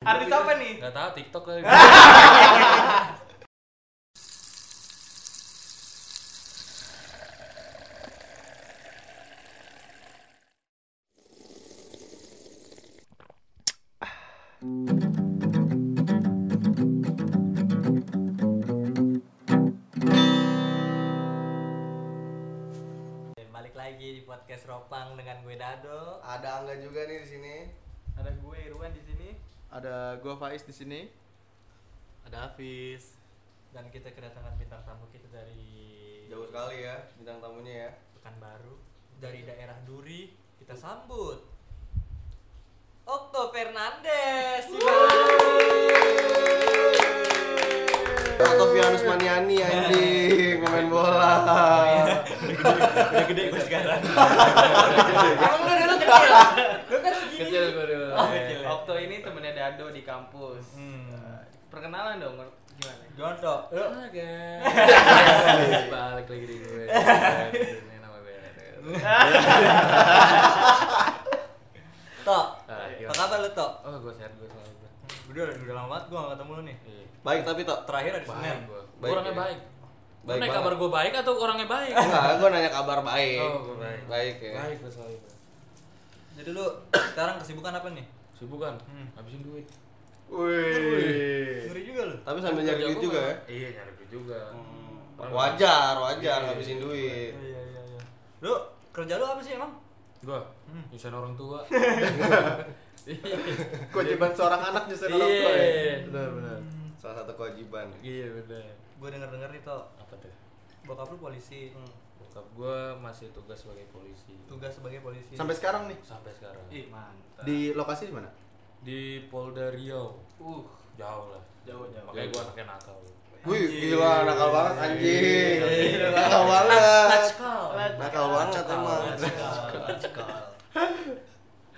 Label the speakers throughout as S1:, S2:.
S1: Artis apa nih?
S2: Gak tau TikTok kali.
S3: Dan balik lagi di podcast Ropang dengan gue Dado.
S4: Ada Angga juga nih di sini.
S1: Ada gue Irwan di sini.
S4: Ada gua Faiz di sini.
S2: Ada Hafiz.
S3: Dan kita kedatangan bintang tamu kita dari
S4: Jauh sekali ya bintang tamunya ya.
S3: Pekanbaru, dari daerah Duri. Kita sambut Okto Fernandes.
S4: Atau Vianus Maniani anjing pemain bola.
S2: Udah gede gue sekarang.
S3: Emang lu dulu kecil. Lu kan segini.
S1: Kecil gue dulu.
S3: Oh,
S2: Iya.
S3: kecil.
S1: Okto ini temennya Dado di kampus.
S3: Hmm.
S1: Eh, Perkenalan dong gimana?
S3: Gonto. Lu
S2: guys. Balik lagi di gue. Ini nama gue.
S3: Tok.
S2: Ah, iya.
S3: Apa kabar lu, Tok?
S2: Oh gue sehat gue selalu gue.
S3: Udah, udah lama banget gue gak ketemu lu nih.
S2: Iya.
S4: Baik tapi tok.
S3: Terakhir hari Senin.
S2: Baik gue. Gue
S4: Baik,
S2: Orangnya
S4: ya.
S2: baik.
S4: Baik
S2: Lu naik
S4: banget.
S2: kabar gue baik atau orangnya baik?
S4: Enggak, gua nanya kabar baik.
S2: Oh, gue baik.
S4: Baik ya.
S2: Baik gue selalu. gue.
S3: Jadi lu sekarang kesibukan apa nih?
S2: Sibuk kan?
S3: Hmm.
S2: Habisin duit.
S4: Wih.
S2: Iya.
S3: Ngeri juga lu.
S4: Tapi sambil nyari
S2: Kerja
S4: duit
S2: gua
S4: juga ya. Oh.
S2: nggak- Iya nyari duit juga.
S4: Wajar, wajar
S2: Iya.
S4: ngabisin duit.
S3: Iya, iya, iya. Lu kerja lu apa sih emang?
S2: Gue nyusahin orang tua. Iya.
S5: kewajiban seorang anak justru orang tua ya
S2: Iya.
S5: benar benar
S4: Salah satu kewajiban.
S2: Iya bener.
S3: Gue denger denger nih Tok.
S2: Apa tuh?
S3: bokap lu polisi
S2: Bokap gue masih tugas sebagai polisi
S3: tugas sebagai polisi
S5: sampai sekarang nih
S2: sampai sekarang
S1: Ih, mantap.
S5: di lokasi di mana
S2: di Polda Riau
S1: Uh,
S2: jauh lah
S1: jauh jauh.
S2: makanya gue anaknya nakal
S4: Wih, gila nakal banget anjing.
S2: Iya.
S4: Nakal banget.
S3: call
S4: Nakal banget emang.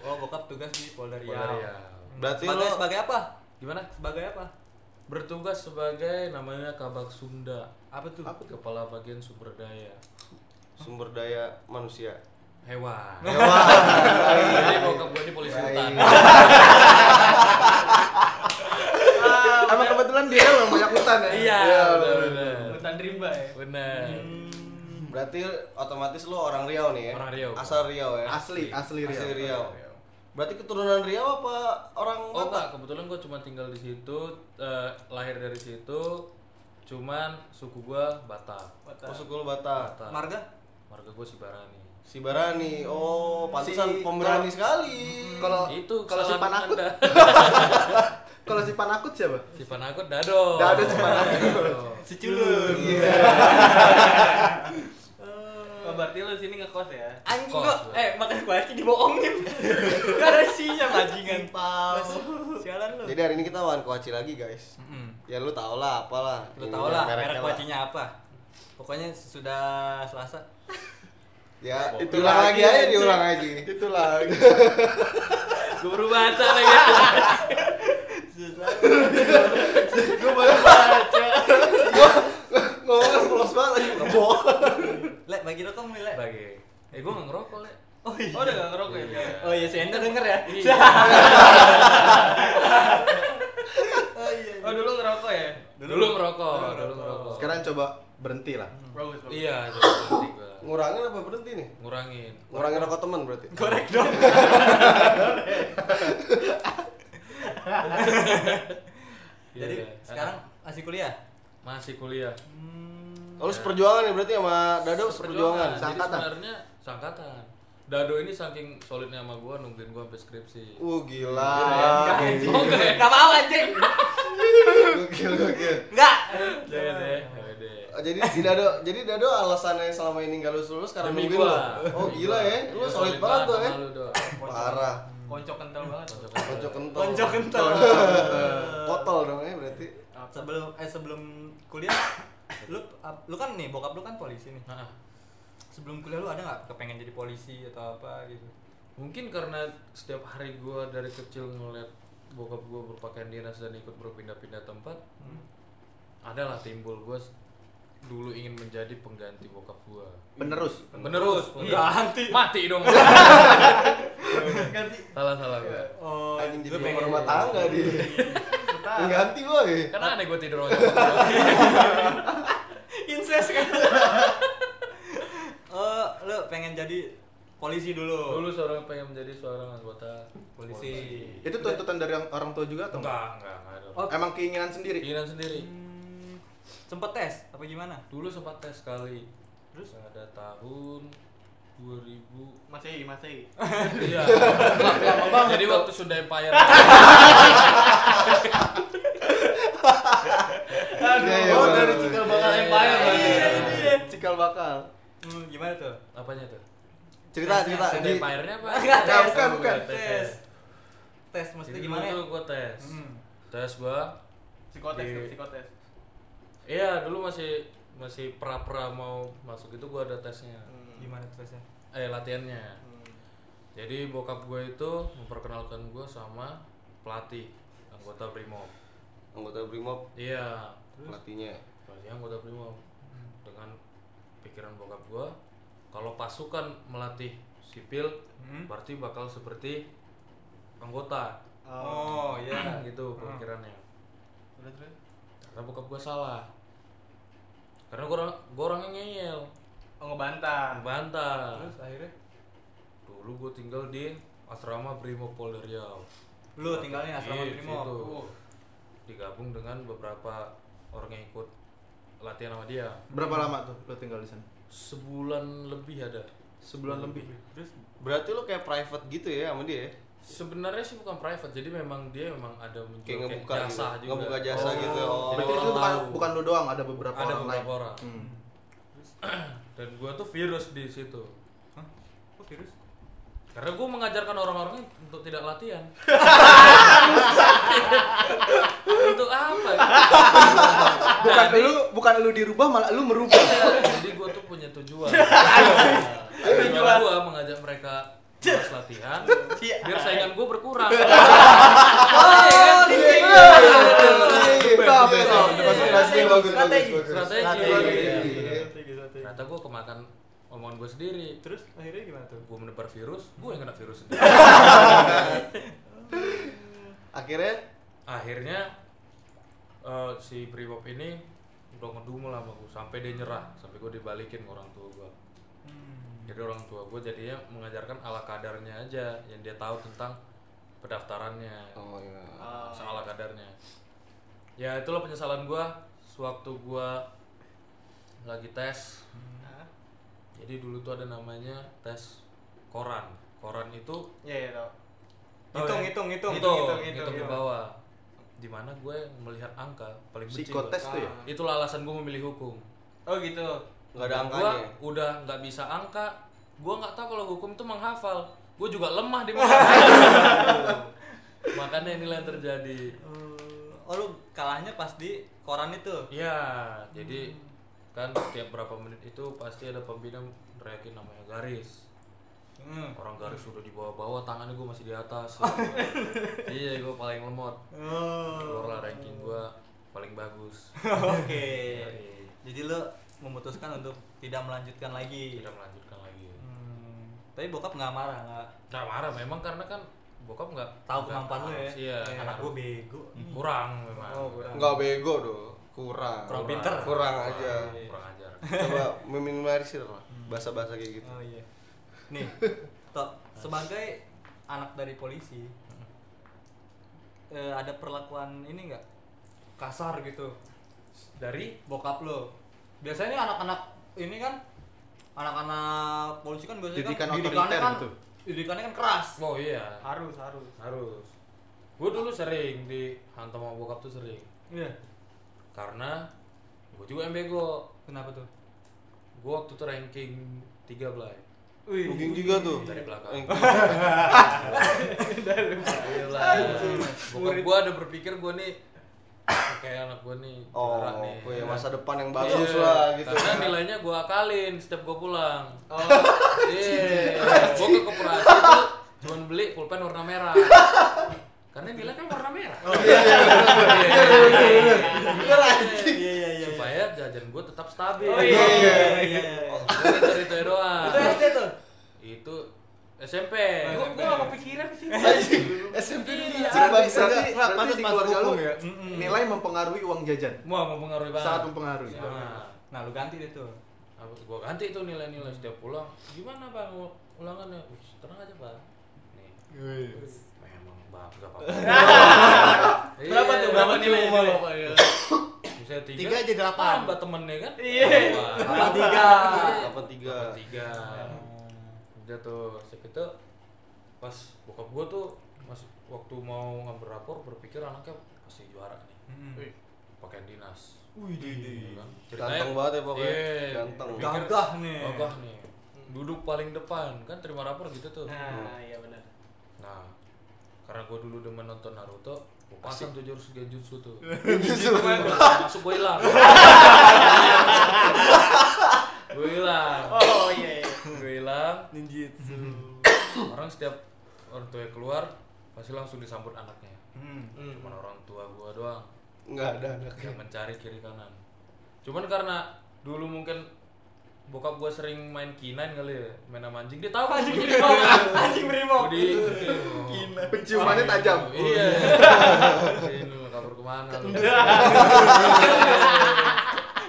S3: oh bokap tugas di Polda Riau Hmm.
S2: Polda Riau
S4: Berarti
S3: sebagai,
S4: lo
S3: sebagai apa
S2: Iya. gimana
S3: sebagai apa
S2: bertugas sebagai namanya Kabak Sunda
S3: apa tuh
S2: kepala bagian sumber daya
S4: sumber daya manusia.
S2: hewan
S4: Hewan.
S2: jadi bokap gue ini polisi hutan
S5: sama kebetulan dia yang banyak hutan ya
S2: Ah, iya bener bener
S1: Hutan rimba ya.
S2: bener
S4: Berarti otomatis lo orang Riau nih ya?
S2: Orang Riau.
S4: Asal Riau ya?
S5: asli asli Riau
S4: Asli Riau. Berarti keturunan Riau apa orang Batak?
S2: Oh enggak, kebetulan gue cuma tinggal di situ, eh, lahir dari situ, cuman suku gue Batak.
S4: Oh, suku lo Batak.
S2: Batak.
S3: marga
S2: Marga gue Sibarani.
S4: Si Barani. Oh, pantesan
S5: Si-
S4: pemberani
S5: kalau-
S4: sekali.
S5: kalau
S2: Itu
S5: kalau si
S2: kesalahan
S5: panakut
S2: Anda.
S5: kalau si panakut siapa
S2: si Panakut Dado.
S5: Nggak ada si Panakut.
S2: Dado.
S3: seculun
S1: Oh, berarti lu sini ngekos ya?
S3: Eh, anjing
S2: Kos,
S3: kok
S2: bro.
S3: eh makanya gue aja dibohongin gak ada isinya bajingan pau sialan lu
S4: Jadi hari ini kita lawan koaci lagi, guys.
S3: Mm-mm.
S4: Ya lu tau lah apalah.
S3: lu
S4: Ini
S3: tau lah
S4: mereknya
S3: merek
S4: lah.
S3: kuacinya apa pokoknya sudah selasa
S4: Ya,
S5: Itu
S4: diulang
S5: lagi,
S4: lagi aja,
S5: anjing.
S4: diulang aja.
S5: itu lagi
S2: Gue berubah baca lagi.
S5: gue baru baca
S4: Ngomongnya polos banget aja, bohong.
S3: le bagi rokok kamu le
S2: Bagi. Eh gue nggak ngerokok le.
S3: oh iya
S1: Oh, udah gak ngerokok ya?
S2: Iya.
S3: Oh iya, si Enda denger ya?
S2: Iya.
S3: Oh iya.
S1: Oh, dulu ngerokok ya?
S2: Dulu ngerokok, dulu ngerokok.
S5: sekarang coba berhenti lah
S1: Bagus, bagus.
S2: Iya, jadi berhenti gua.
S4: Ngurangin apa berhenti nih?
S2: Ngurangin.
S4: Ngurangin rokok teman berarti.
S3: Korek dong.
S2: Iya,
S3: Jadi
S2: iya.
S3: sekarang masih kuliah?
S2: masih kuliah.
S1: Hmm,
S4: Kalau seperjuangan ya berarti sama Dado seperjuangan.
S2: Jadi
S5: Sangkatan.
S2: sebenarnya sangkatan. Dado ini saking solidnya sama gue nungguin gue sampai skripsi.
S4: Uh gila.
S2: Oke.
S3: Enggak mau anjing.
S4: Gokil gokil.
S3: Enggak.
S2: Jangan deh, jangan deh.
S4: Oh, Jadi si Dado, jadi Dado alasannya selama ini gak lulus lulus karena
S2: Demi
S4: nungguin
S2: gua.
S4: lo. Oh
S2: Demi
S4: gila
S2: gua.
S4: ya, lu
S2: Gua
S4: solid banget tuh
S2: sama
S4: ya.
S2: lu, Dok.
S4: Parah.
S1: Kocok kental banget.
S4: Kocok kentol.
S3: Konco kental.
S4: Kotol dong ya berarti.
S3: Sebelum eh sebelum kuliah lu lu kan nih bokap lu kan polisi nih.
S2: Nah,
S3: Sebelum kuliah lu ada nggak kepengen jadi polisi atau apa gitu?
S2: mungkin karena setiap hari gua dari kecil ngeliat bokap gua Hmm. berpakaian dinas dan ikut berpindah-pindah tempat, adalah timbul gua dulu ingin menjadi pengganti bokap gua.
S5: Penerus.
S2: Penerus. penerus.
S3: Ganti.
S2: Iya. Mati dong.
S3: Ganti.
S2: salah salah gua.
S3: Oh, lu
S4: Anjing jadi
S3: pengen-
S4: nomor rumah tangga dia.
S3: Betah.
S4: Pengganti boy.
S2: Karena aneh gua tidur sama nyokap gua.
S3: Incest kan. Eh, lu pengen jadi polisi dulu. Hmm,
S2: Dulu seorang pengen menjadi seorang anggota
S1: Polisi.
S5: Itu tuntutan dari orang orang tua juga atau
S2: Enggak, Iya, enggak, enggak dong.
S3: Oh,
S5: Emang keinginan sendiri.
S2: Keinginan sendiri.
S3: Hmm, sempet tes apa gimana?
S2: Dulu sempat tes sekali.
S3: Terus?
S2: ada tahun 2000
S1: Masih, masih.
S2: Iya. Jadi waktu sudah empire.
S4: Iya, iya,
S1: oh,
S4: bener,
S1: dari
S4: bener.
S1: cikal bakal empire
S2: Iya,
S1: berarti.
S2: iya,
S3: iya.
S5: Cikal bakal.
S3: Hmm, gimana tuh?
S2: Apanya tuh?
S4: Cerita cerita
S2: Sudah
S4: di
S2: empire-nya apa?
S3: Enggak,
S5: Enggak, bukan, bukan.
S3: Tes. Tes mesti
S2: Jadi
S3: gimana?
S2: gimana?
S3: ya?
S2: Dulu gua tes.
S3: Hmm.
S2: Tes gua
S1: Psikotes,
S2: Di-
S1: psikotes.
S2: Iya, dulu masih masih pra-pra mau masuk itu gua ada tesnya.
S3: Gimana tuh tesnya?
S2: Eh, latihannya.
S1: Hmm.
S2: Jadi bokap gue itu memperkenalkan gue sama pelatih anggota Brimob.
S4: anggota Brimob
S2: Iya,
S4: pelatihnya.
S2: pelatih anggota Brimob. Dengan pikiran bokap gue, kalau pasukan melatih sipil,
S3: Hmm.
S2: berarti bakal seperti anggota.
S3: Oh, iya.
S2: gitu pemikirannya. Karena bokap gue salah. Karena gue orang, gue orangnya ngeyel,
S1: Oh, ngebantah.
S2: bantah.
S1: Terus akhirnya?
S2: Dulu gue tinggal di asrama Brimob Polda Riau.
S3: Lu tinggalnya asrama
S2: Iya,
S3: Brimob.
S2: situ.
S3: Oh.
S2: Digabung dengan beberapa orang yang ikut latihan sama dia.
S5: Berapa lama tuh lo tinggal di sana?
S2: Sebulan lebih ada.
S5: Sebulan lebih.
S3: Terus
S4: Berarti lo kayak private gitu ya sama dia? ya?
S2: Sebenarnya sih bukan private, jadi memang dia memang ada menjual
S4: Kayak ngebuka
S2: jasa
S4: gitu.
S2: juga.
S4: Ngebuka jasa gitu, oh.
S2: Jadi
S5: Berarti
S2: orang
S5: itu bukan,
S2: tahu.
S5: bukan lo doang, ada beberapa
S2: ada
S5: orang lain.
S2: beberapa orang.
S5: Hmm.
S2: Dan gua tuh virus di situ.
S3: Hah? Kok virus?
S2: Karena gua mengajarkan orang-orang untuk tidak latihan. untuk apa?
S5: Bukan lu, bukan lu dirubah malah lu merubah.
S2: Iya, kan? jadi gue tuh punya tujuan tujuan gue mengajak mereka terus latihan biar saingan gue berkurang Iya kan?
S5: Iya,
S3: Oh,
S4: iya. Kita apa ya? Konsentrasi
S3: Strategi,
S4: bagus bagus
S3: strategi.
S4: bagus.
S2: strategi
S1: Oh, iya,
S4: iya, Strategi.
S2: ternyata gue kemakan omongan gue sendiri
S3: Terus akhirnya gimana tuh?
S2: gue menebar virus gue yang kena virus sendiri
S4: Akhirnya
S2: akhirnya eh, si Brimob ini udah ngedumel sama gue sampai dia nyerah sampai gue dibalikin ke orang tua gue
S3: Hmm.
S2: jadi orang tua gue jadinya mengajarkan ala kadarnya aja yang dia tahu tentang pendaftarannya
S4: oh iya.
S2: Ah, salah kadarnya ya itulah penyesalan gua sewaktu gua lagi tes
S1: iya,
S2: jadi dulu tuh ada namanya tes koran koran itu
S1: Iya, iya, tau.
S3: Hitung,
S2: Oh, ya.
S3: hitung, hitung,
S2: hitung
S3: hitung,
S2: hitung,
S3: hitung,
S2: ke
S3: hitung.
S2: bawah dimana gue melihat angka paling benci gua.
S5: Psikotes tuh ya.
S2: itulah alasan gue memilih hukum
S1: Oh, gitu.
S4: Nggak ada
S2: Dan
S4: angkanya.
S2: gua udah nggak bisa angka gua nggak tahu kalau hukum tuh menghafal gue juga lemah di menghafal. makanya inilah yang terjadi
S3: Eh, Oh, lu kalahnya pas di koran itu.
S2: Iya, jadi kan setiap berapa menit itu pasti ada pembina teriakin namanya garis.
S3: Hmm.
S2: Orang garis sudah di bawah-bawah, tangannya gue masih di atas.
S3: Oh,
S2: iya, gue paling lemot. Keluarlah ranking gue paling bagus. Iya,
S3: Oke.
S2: Yoi.
S3: Jadi lu memutuskan untuk tidak melanjutkan lagi.
S2: Tidak melanjutkan lagi.
S3: Hmm. Tapi bokap nggak marah, nggak
S2: Nggak marah, memang karena kan bokap nggak
S3: tahu
S2: nggak
S3: kemampuan lu ya.
S2: Iya, Hmm.
S3: Eh, Anak gue bego. nih.
S2: kurang memang.
S3: Oh, kurang.
S4: Nggak bego doh. Kurang.
S3: Kurang pinter.
S4: Kurang aja.
S2: Kurang ajar.
S4: Coba meminimalisir lah bahasa-bahasa kayak gitu.
S3: Oh iya. Nih, Tok, sebagai anak dari polisi eh, ada perlakuan ini nggak kasar gitu
S2: Dari
S3: bokap lo biasanya anak-anak ini kan anak-anak polisi kan biasanya
S5: Didikan
S3: kan
S5: otoriter
S3: kan
S5: gitu.
S3: didikannya kan keras
S2: Oh iya,
S1: Harus, harus.
S2: harus. Gue dulu sering dihantam sama bokap tuh sering.
S3: iya
S2: karena gue juga yang bego
S3: kenapa tuh
S2: gue waktu itu ranking 3 belai
S3: wih
S4: Mungkin juga tuh.
S2: dari belakang
S4: Eh,
S2: bokap gue ada berpikir gue nih kayak anak gue nih
S4: Oh,
S2: beneran nih
S4: punya masa depan yang
S2: Iya,
S4: bagus lah gitu.
S2: karena nilainya gue akalin setiap gue pulang
S3: Oh.
S2: iya gue ke koperasi tuh cuman beli pulpen warna merah karena nilai kan warna merah
S1: Ah,
S4: Iya, iya, iya, bener, bener. Bener,
S3: Oh,
S4: anjing.
S3: iya iya iya
S2: supaya jajan gue tetap stabil.
S3: Oh iya. iya, iya, iya.
S2: Cerita doang.
S3: Itu SD tuh.
S2: Itu SMP.
S1: Gue gue gak kepikiran sih.
S4: SMP dulu
S3: Iya.
S4: cuma
S5: berarti,
S4: bisa enggak
S5: berarti, berarti
S3: pantas
S5: di
S3: masuk
S5: keluarga lu
S3: hukum ya? Mm-mm.
S5: nilai mempengaruhi uang jajan
S2: Wah, mempengaruhi banget.
S5: sangat mempengaruhi
S2: Nah,
S3: Nah, lu ganti deh tuh.
S2: apa gua ganti tuh nilai-nilai setiap pulang. Gimana, Bang? ul- Ulangannya? Wih, tenang aja, Bang. Nih. Memang, Bang, enggak apa-apa. Iya,
S1: Berapa tuh? Berapa Ah, iya, nilai
S2: nilai?
S1: lo?
S2: Bisa tiga,
S3: Tiga jadi delapan.
S2: Tambah temennya kan?
S1: Iya.
S2: Wah.
S3: Apa tiga?
S5: apa tiga
S2: Tambah tiga. Udah tuh, setiap itu pas bokap gua tuh masih waktu mau ngambil rapor berpikir anaknya pasti juara nih.
S3: Hmm.
S1: Wih.
S2: Pakaian dinas.
S3: Wih,
S2: Gitu kan.
S4: Ganteng banget ya pokoknya.
S2: Iya.
S4: Ganteng.
S2: Pikir,
S3: Gagah nih.
S2: Gagah nih. Duduk paling depan kan terima rapor gitu tuh.
S1: Nah, iya benar.
S2: Nah, karena gue dulu demen nonton Naruto, gue pasang tuh jurus genjutsu tuh.
S4: Justru.
S2: Masuk gue hilang. gue hilang.
S1: Oh iya. iya.
S2: Gue hilang.
S3: Ninjitsu.
S2: Orang setiap orang tua keluar pasti langsung disambut anaknya.
S3: Hmm.
S2: Cuman orang tua gue doang
S4: Enggak ada anak.
S2: yang mencari kiri kanan. Cuman karena dulu mungkin bokap gue sering main kinain kali ya, main sama anjing. Dia tahu kan bunyinya di bawah.
S3: Anjing brimo.
S2: Jadi,
S5: penciumannya tajam
S2: Iya. Ini lu kabur kemana? lu?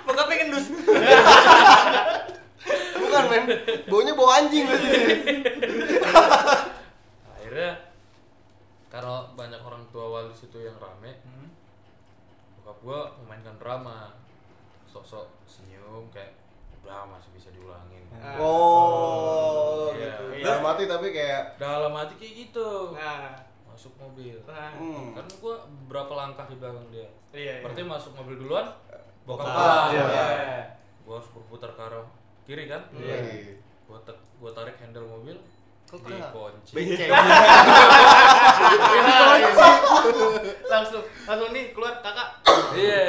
S3: Muka Ah, pengen dus.
S4: Bukan men, baunya bau anjing berarti.
S2: Akhirnya karena banyak orang tua wali situ yang rame, bokap gua memainkan drama. Sok-sok senyum kayak udah masih bisa diulangin.
S4: Oh,
S2: Iya.
S4: gitu.
S1: Iya.
S4: Udah mati tapi kayak
S2: Dalam hati kayak gitu.
S1: Nah,
S2: Masuk mobil.
S1: nah.
S4: hmm.
S2: Kan gua berapa langkah di belakang dia.
S1: Iya. iya.
S2: Berarti Ah, masuk mobil duluan, bokap
S4: Bokap,
S2: gua.
S4: iya.
S2: Gua harus berputar ke arah kiri kan?
S4: Iya.
S2: Gua, tek, gua tarik handle mobil, dikunci.
S5: Bengkel.
S4: Iya.
S1: Langsung langsung nih keluar kakak.
S2: Iya.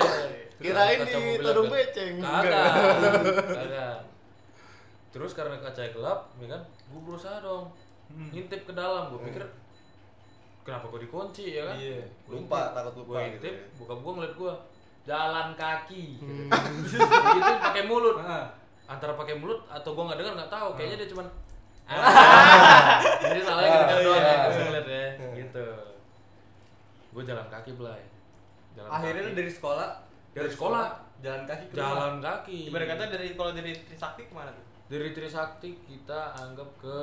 S5: Kirain
S2: Kaca mobilnya
S5: ditodong
S2: kan-
S5: beceng.
S2: Kagak. Kagak. Terus karena kaca gelap, ya kan, gue berusaha dong
S4: Hmm.
S2: ngintip ke dalam. Gue pikir kenapa gue dikunci ya kan?
S3: Iya.
S2: Gua
S4: Lupa,
S2: ngintip.
S4: takut lupa
S2: Gua
S4: gitu
S2: ngintip,
S4: ya. Hmm.
S2: bokap gue ngeliat gue jalan kaki. Gitu pakai mulut. Antara pakai mulut atau gue nggak dengar nggak tahu. Kayaknya dia cuman "Ah." Jadi salahnya
S4: Ah,
S2: gitu doang ya,
S4: iya.
S2: gua ngeliat ya. Gitu. Gue jalan kaki belai. Jalan
S3: Akhirnya
S2: kaki.
S3: lu dari sekolah
S2: Dari sekolah.
S3: jalan kaki ke rumah.
S2: jalan kaki
S1: Ibarat kata dari kalau dari Trisakti kemana tuh?
S2: dari Trisakti kita anggap ke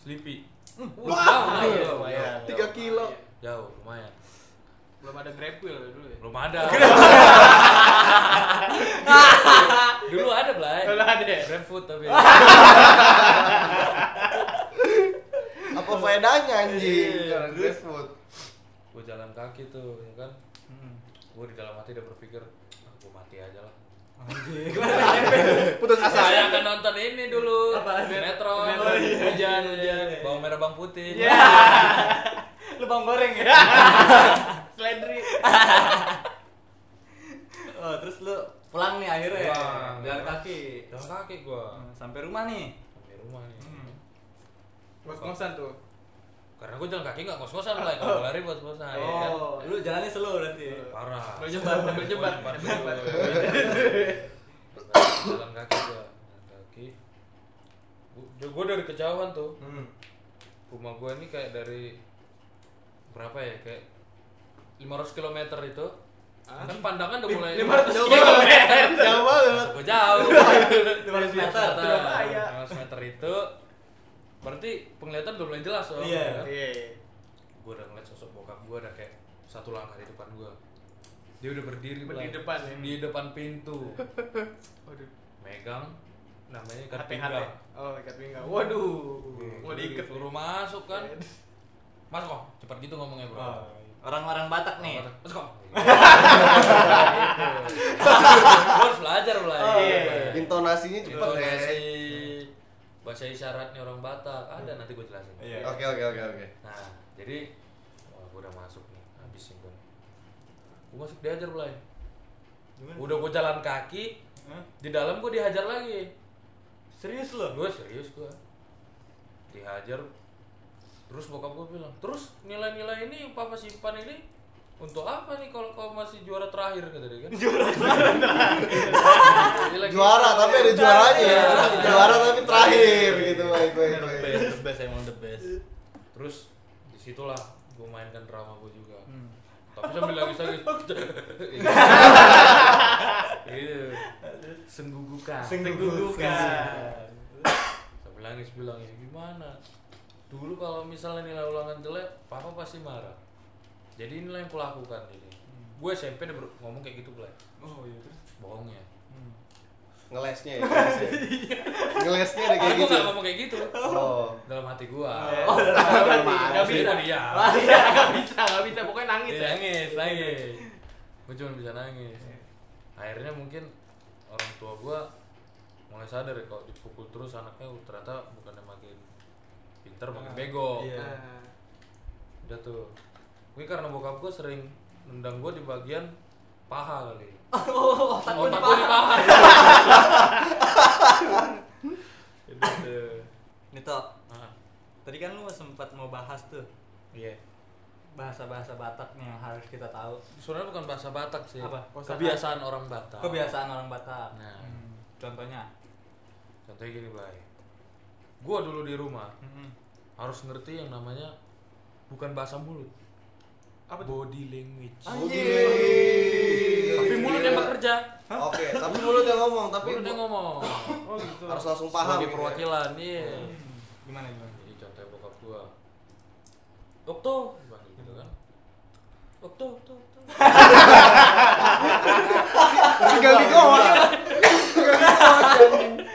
S2: Sleepy
S1: Wah,
S2: jauh,
S1: iya,
S2: jauh,
S1: iya.
S2: jauh.
S5: tiga kilo
S2: jauh lumayan
S1: Belum ada Grab Wheel dulu ya.
S2: belum ada dulu ada belai
S1: Belum ada ya?
S2: GrabFood tapi
S4: apa faedahnya anjing?
S2: Iya.
S4: Jalan GrabFood.
S2: gue jalan kaki tuh ya kan
S3: Hmm.
S2: gue di dalam hati udah berpikir ah, gue mati aja lah
S3: Anjing.
S5: putus asa
S2: saya akan nonton ini dulu
S3: Ah, Apaan?
S2: Metro
S3: Metro, iya.
S2: hujan
S3: Iya,
S2: hujan
S3: iya.
S2: bawang merah bawang putih
S1: Iya.
S3: Lu bang goreng ya.
S1: Slendri.
S3: Oh, terus lu pulang nih akhirnya. ya?
S2: Pulang.
S3: Jalan kaki.
S2: jalan kaki gue
S3: Hmm, Sampai rumah nih.
S2: sampai rumah nih
S1: Ngos-ngosan tuh.
S2: karena gue jalan kaki nggak kos kosan lah kalau lari kos kosan
S3: Oh, lu jalannya slow berarti. ya?
S2: parah
S1: Sambil nyebat, sambil nyebat,
S2: Gua
S1: sambil nyebat.
S2: jalan kaki gua jalan kaki gue dari kejauhan tuh rumah gue ini kayak dari berapa ya kayak 500 km itu kan pandangan udah mulai
S1: 500
S2: Jauh
S1: kilo.
S5: jauh banget
S2: Gua jauh
S3: 500 meter.
S1: Surabaya.
S2: 500 meter itu berarti penglihatan udah mulai jelas oh. loh
S3: Iya.
S1: Iya.
S2: gue udah ngeliat sosok bokap gue udah kayak satu langkah di depan gue dia udah
S1: Di
S2: berdiri Blay.
S1: depan ya?
S2: di depan pintu
S1: Waduh.
S2: megang namanya ikat
S1: Hati-hati.
S2: pinggang
S1: Oh, ikat pinggang. Waduh. Mau diikat.
S2: disuruh masuk kan masuk kok cepat gitu ngomongnya bro
S1: Ah.
S3: Oh, Orang-orang Batak nih.
S2: masuk kok Gitu. Gua harus belajar mulai
S1: Oh, iya, iya.
S4: Intonasinya cepet ya.
S2: intonasi bahasa isyaratnya orang Batak ada nanti gue jelasin
S3: Iya.
S4: eh. Oke oke oke oke.
S2: Nah, jadi wah, gua udah masuk nih, habis nih gua. Gua masuk dihajar mulai.
S3: Gimana?
S2: Udah gua jalan kaki,
S3: Hah?
S2: di dalam gua dihajar lagi.
S3: Serius lu?
S2: Gua serius gua. Dihajar. Terus bokap gua bilang, "Terus nilai-nilai ini yang papa simpan ini untuk apa nih kalau kau masih juara terakhir kata dia kan
S3: Juara
S2: Dia lagi-
S4: Juara tapi ada juaranya. Juara tapi terakhir gitu baik baik.
S3: the
S4: baik.
S3: best, the best emang the best.
S2: terus disitulah gue mainkan drama gue juga
S4: Hmm.
S2: tapi sambil nangis-nangis iya
S3: kan.
S2: senggugukan
S1: kan.
S3: Senggugukan.
S2: sambil nangis bilang ya gimana dulu kalau misalnya nilai ulangan jelek papa pasti marah jadi inilah yang kulakukan jadi
S4: Hmm.
S2: gue SMP udah ber- ngomong kayak gitu Blay
S1: Oh iya terus.
S2: bohongnya
S4: Ngelesnya ya. ngelesnya. Ngelesnya udah
S2: ah,
S4: kayak
S2: gue
S4: gitu.
S2: gak ngomong kayak gitu
S4: Oh.
S2: dalam hati gue
S3: Oh,
S2: gak bisa dia
S1: Iya, nggak bisa, nggak bisa. Pokoknya nangis
S3: Iya.
S1: ya.
S2: nangis nangis gue cuma bisa nangis akhirnya mungkin orang tua gue mulai sadar ya, kalau dipukul terus anaknya uh, ternyata bukannya makin pinter makin bego
S3: Iya.
S1: Ah.
S2: udah tuh mungkin karena bokap gue sering nendang gue di bagian paha kali
S3: Oh, otak gua
S2: otak gue di
S3: dipaham.
S2: paha
S3: Nih Tok,
S2: Ah,
S3: tadi kan lu sempat mau bahas tuh
S2: iya
S3: bahasa-bahasa Batak nih yang harus kita tahu.
S2: sebenarnya bukan bahasa Batak sih
S3: Apa?
S2: kebiasaan orang Batak
S3: Kebiasaan orang Batak. Hmm.
S2: nah
S3: Contohnya.
S2: contohnya gini bay gue dulu di rumah harus ngerti yang namanya bukan bahasa mulut
S1: Apa
S2: body language
S4: Ah, Anjir.
S2: tapi mulut yang bekerja
S4: Oke, tapi mulut yang ngomong, tapi
S2: mulutnya ngomong
S1: Oh gitu.
S4: harus langsung paham. gitu ya.
S2: sebagai
S4: Hmm.
S2: perwakilan iya
S3: Gimana gimana?
S2: jadi contohnya bokap gua dokter panggil gitu kan dokter dokter dokter
S4: Tinggal di goa.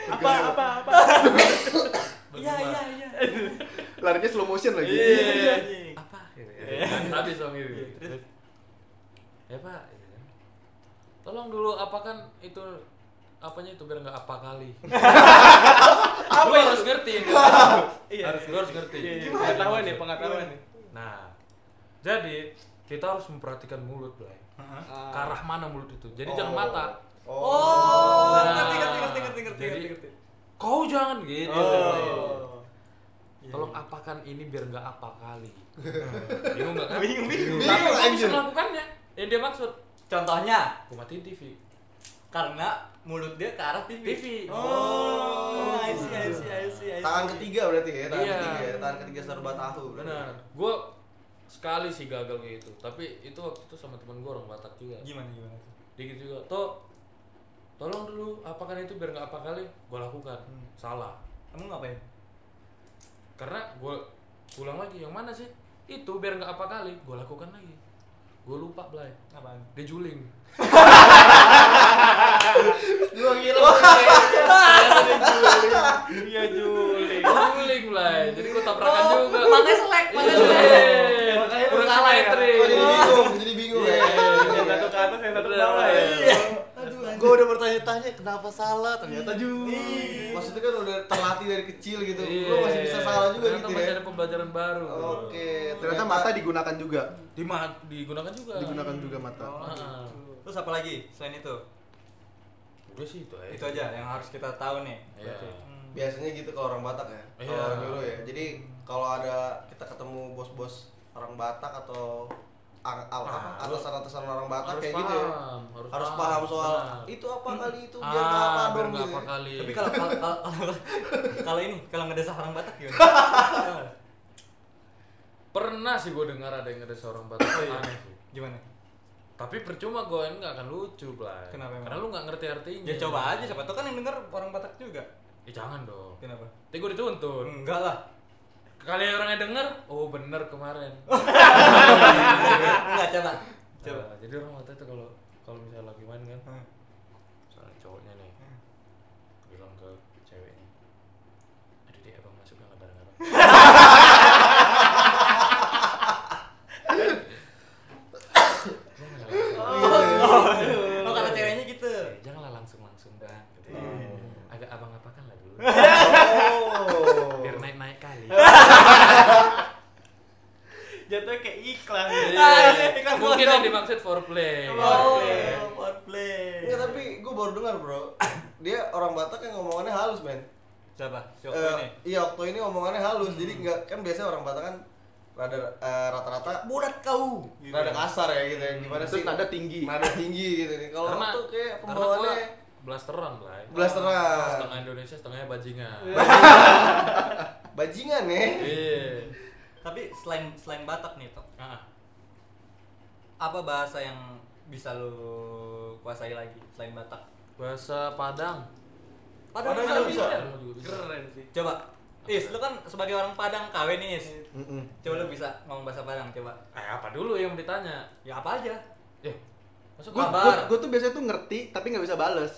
S1: Apa apa apa?
S3: Iya iya iya.
S5: Larinya slow motion lagi.
S3: Iya.
S2: apa gitu ya tapi suami gitu ya pak gitu kan. tolong dulu apakan itu apanya itu biar nggak apa kali apa harus ngerti
S1: Iya.
S2: harus lu harus ngerti
S1: Iya, iya. Pengetahuan ya, pengetahuan ya.
S2: Nah, jadi kita harus memperhatikan mulut, Blay.
S3: Ah.
S2: Ke arah mana mulut itu? Jadi jangan
S4: Oh.
S2: mata.
S3: Oh,
S2: Nah,
S3: ngerti ngerti ngerti ngerti ngerti
S2: jadi,
S3: ngerti, ngerti.
S2: Kau jangan gitu. Blay.
S3: Oh.
S2: Tolong apakan ini biar nggak apa kali. Bingung nggak kan?
S3: Hmm. Bingung bingung.
S2: Tapi
S4: Bingung,
S2: kau bisa
S4: anjir.
S2: melakukannya. Yang dia maksud,
S3: Contohnya
S2: aku matiin TV.
S3: karena mulut dia ke arah TV.
S2: TV.
S3: Oh, I see, I see, I see, I see.
S4: Tangan ketiga berarti ya, tangan
S2: Iya.
S4: ketiga ya, tangan ketiga serba tahu berarti.
S2: Benar. Gue sekali sih gagal kayak gitu. Tapi itu waktu itu sama teman gue orang Batak juga.
S3: Gimana gimana? tuh?
S2: dikit juga toh tolong dulu apakan itu biar nggak apa kali gue lakukan
S3: Hmm.
S2: salah
S3: Kamu ngapain?
S2: karena gue pulang lagi yang mana sih itu biar nggak apa kali gue lakukan lagi gue lupa belai
S3: Ngapain?
S2: dia juling
S1: Gua kira ternyata dia juling. Iya juling.
S2: juling belai jadi gue tabrakan juga Iya.
S3: Pakai selek, pakai selek.
S2: Yeay,
S1: Makanya lu
S2: kurang
S1: salah ya?
S2: seletri.
S4: Kok Oh, jadi bingung, jadi bingung
S2: Iya,
S4: ya.
S1: Yang satu ke atas, yang satu ke bawah ya.
S4: Aduh,
S5: Gue udah bertanya-tanya kenapa salah, ternyata juga.
S1: Iya.
S4: Maksudnya kan udah terlatih dari kecil gitu,
S2: Iya.
S4: lo masih bisa salah juga
S2: Ternyata
S4: gitu
S2: masih
S4: ya.
S2: ada pembelajaran baru
S4: Oke,
S5: Ternyata mata digunakan juga.
S2: Dima- digunakan juga
S5: Digunakan juga mata.
S2: Ah.
S3: Terus apa lagi selain itu?
S2: udah sih itu aja
S3: Itu aja yang harus kita tahu nih.
S2: Iya.
S4: biasanya gitu kalau orang Batak ya.
S2: Iya.
S4: Kalau orang Euro ya. Jadi kalau ada kita ketemu bos-bos orang Batak atau ang- apa apa,
S2: Ah,
S4: atasan-atasan orang Batak
S2: harus
S4: kayak gitu ya.
S2: paham, harus
S4: Harus
S2: paham,
S4: paham soal
S2: benar.
S4: itu apa kali itu biar nggak apa
S2: ah biar
S4: dong
S2: nggak
S4: gitu
S2: apa
S4: ya.
S2: kali
S3: Tapi kalau kalau kalau- kalau ini kalau ngedesah orang Batak gimana?
S2: Pernah sih gue dengar ada yang ada seorang batak aneh sih.
S3: gimana?
S2: Tapi percuma gue ini gak akan lucu lah.
S3: Kenapa emang?
S2: Karena lu gak ngerti artinya.
S3: Ya coba aja siapa tahu kan yang denger orang Batak juga.
S2: Ya jangan dong.
S3: Kenapa?
S2: Nanti gue dituntun.
S3: Enggak lah.
S2: Kali orangnya denger, oh bener kemarin.
S3: Enggak coba. Coba.
S2: Nah, jadi orang waktu itu kalau kalau misalnya lagi main kan,
S3: Oh,
S2: misalnya cowoknya nih,
S3: Hmm.
S2: bilang ke ceweknya, aduh deh abang masuk nggak
S3: Oh,
S2: bareng-bareng.
S3: iya.
S2: Janganlah langsung-
S3: Oh kata ceweknya gitu.
S2: Janganlah langsung-langsung bang. Gitu.
S3: Oh.
S2: Agak abang apakan lah dulu.
S4: Oh.
S2: biar naik naik kali
S3: Iya,
S1: Jatuhnya kayak iklan.
S3: iya, Iklan
S2: mungkin
S3: kodok.
S2: yang dimaksud foreplay
S3: Oh, foreplay.
S4: Enggak, tapi gue baru dengar, Bro. Dia orang Batak yang ngomongannya halus, men.
S3: Siapa? Siapa
S4: Eh,
S3: ini?
S5: Hmm.
S4: Iya, waktu ini omongannya halus. Jadi nggak kan biasanya orang Batak kan rada eh, rata-rata
S3: Budak kau. Gitu.
S4: rada kasar ya gitu ya. Gimana
S5: Hmm. Terus
S4: sih?
S5: nada tinggi.
S4: Nada tinggi gitu nih. Kalau
S2: karena
S4: tuh kayak
S2: karena gua
S4: pembawaannya
S2: blasteran lah ya.
S4: blasteran.
S2: setengah Indonesia setengahnya bajingan
S4: Bajingan ya.
S2: iya
S3: Tapi selain selain Batak nih, Tok.
S2: Ah,
S3: Apa bahasa yang bisa lu kuasai lagi selain Batak?
S2: bahasa Padang
S3: Padang,
S4: Padang
S3: bisa,
S4: juga bisa.
S3: bisa.
S2: Padang juga bisa.
S1: Keren sih.
S3: Coba. Is, lu kan sebagai orang Padang KW nih, Is.
S5: Mm-mm.
S3: Coba lu bisa ngomong bahasa Padang, coba.
S2: eh apa dulu yang ditanya
S3: Ya apa aja?
S2: ya masuk
S5: Gue
S3: Kabar.
S5: gue tuh biasanya tuh ngerti tapi nggak bisa bales.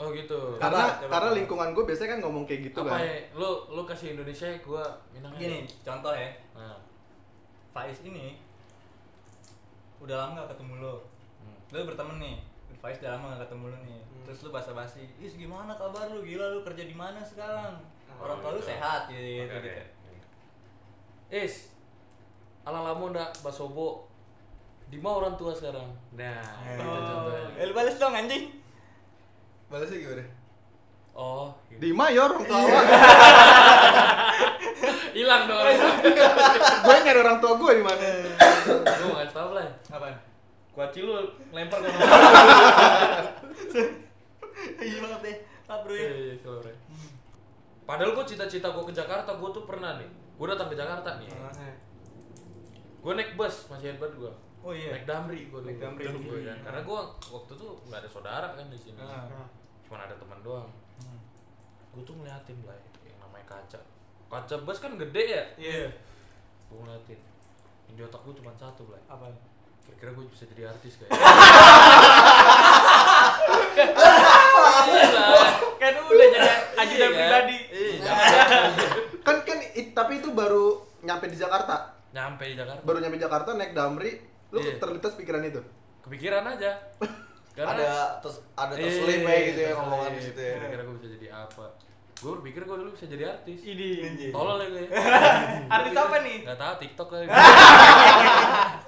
S2: oh gitu
S3: Kabar,
S5: Karena
S3: coba.
S5: karena lingkungan gue biasanya kan ngomong kayak gitu
S2: apa
S5: kan.
S2: ya lu lu kasih Indonesia gua minang
S3: Gini, contoh ya.
S2: nah.
S3: Faiz ini udah lama gak ketemu lo
S2: Hmm.
S3: lo berteman nih Faiz udah lama gak ketemu lo nih terus lo basa-basi is gimana kabar lo gila lo kerja di mana sekarang orang tua lo
S2: gitu.
S3: sehat gitu gitu,
S2: Oke,
S3: gitu.
S2: oke. Is, ala lamu ndak basobo. Di mana orang tua sekarang? Nah, itu contohnya.
S3: Eh, lu balas dong anjing
S4: Balasnya gimana? Iya.
S2: Oh, gitu.
S5: Di mayor ya, orang tua awak.
S2: hilang dong. Gue
S5: gue nyari orang tua gue di mana.
S2: nggak tahu lah.
S3: apaan
S1: Kuaci lu lempar ke mana?
S3: iya banget deh ah bro
S2: Iya,
S3: ya
S2: iya, kalau orang. Padahal gue cita-cita gue ke Jakarta, gue tuh pernah nih. Gue datang ke Jakarta nih.
S3: Ah.
S2: Gue naik bus, masih hebat gue.
S3: oh iya
S2: Naik Damri gue dulu.
S3: Naik Damri. iya.
S2: Dulu gua kan. Karena gue waktu itu nggak ada saudara kan di sini.
S3: Ah. Hmm.
S2: Cuman ada teman doang. Gue tuh ngeliatin lah yang namanya kaca. Kaca bus kan gede ya.
S3: iya
S2: gue ngeliatin yang di otak gue cuma satu lah
S3: apaan
S2: kira-kira gue bisa jadi artis kayak Iya, Blay.
S1: Kan udah jadi ajudan
S2: Iya,
S1: pribadi.
S2: iya
S5: Kan kan i- tapi itu baru nyampe di Jakarta.
S2: nyampe di Jakarta
S5: Baru nyampe Jakarta naik Damri, lu
S2: Iya.
S5: terlintas pikiran itu.
S2: kepikiran aja
S4: Ada terus ada
S2: Iya,
S4: terselip ya gitu ya ngomongan di situ ya.
S2: kira-kira gue bisa jadi apa gue berpikir gue dulu bisa jadi artis
S1: Ini.
S2: tolol ya gue
S1: Artis apa nih?
S2: nggak tahu TikTok kali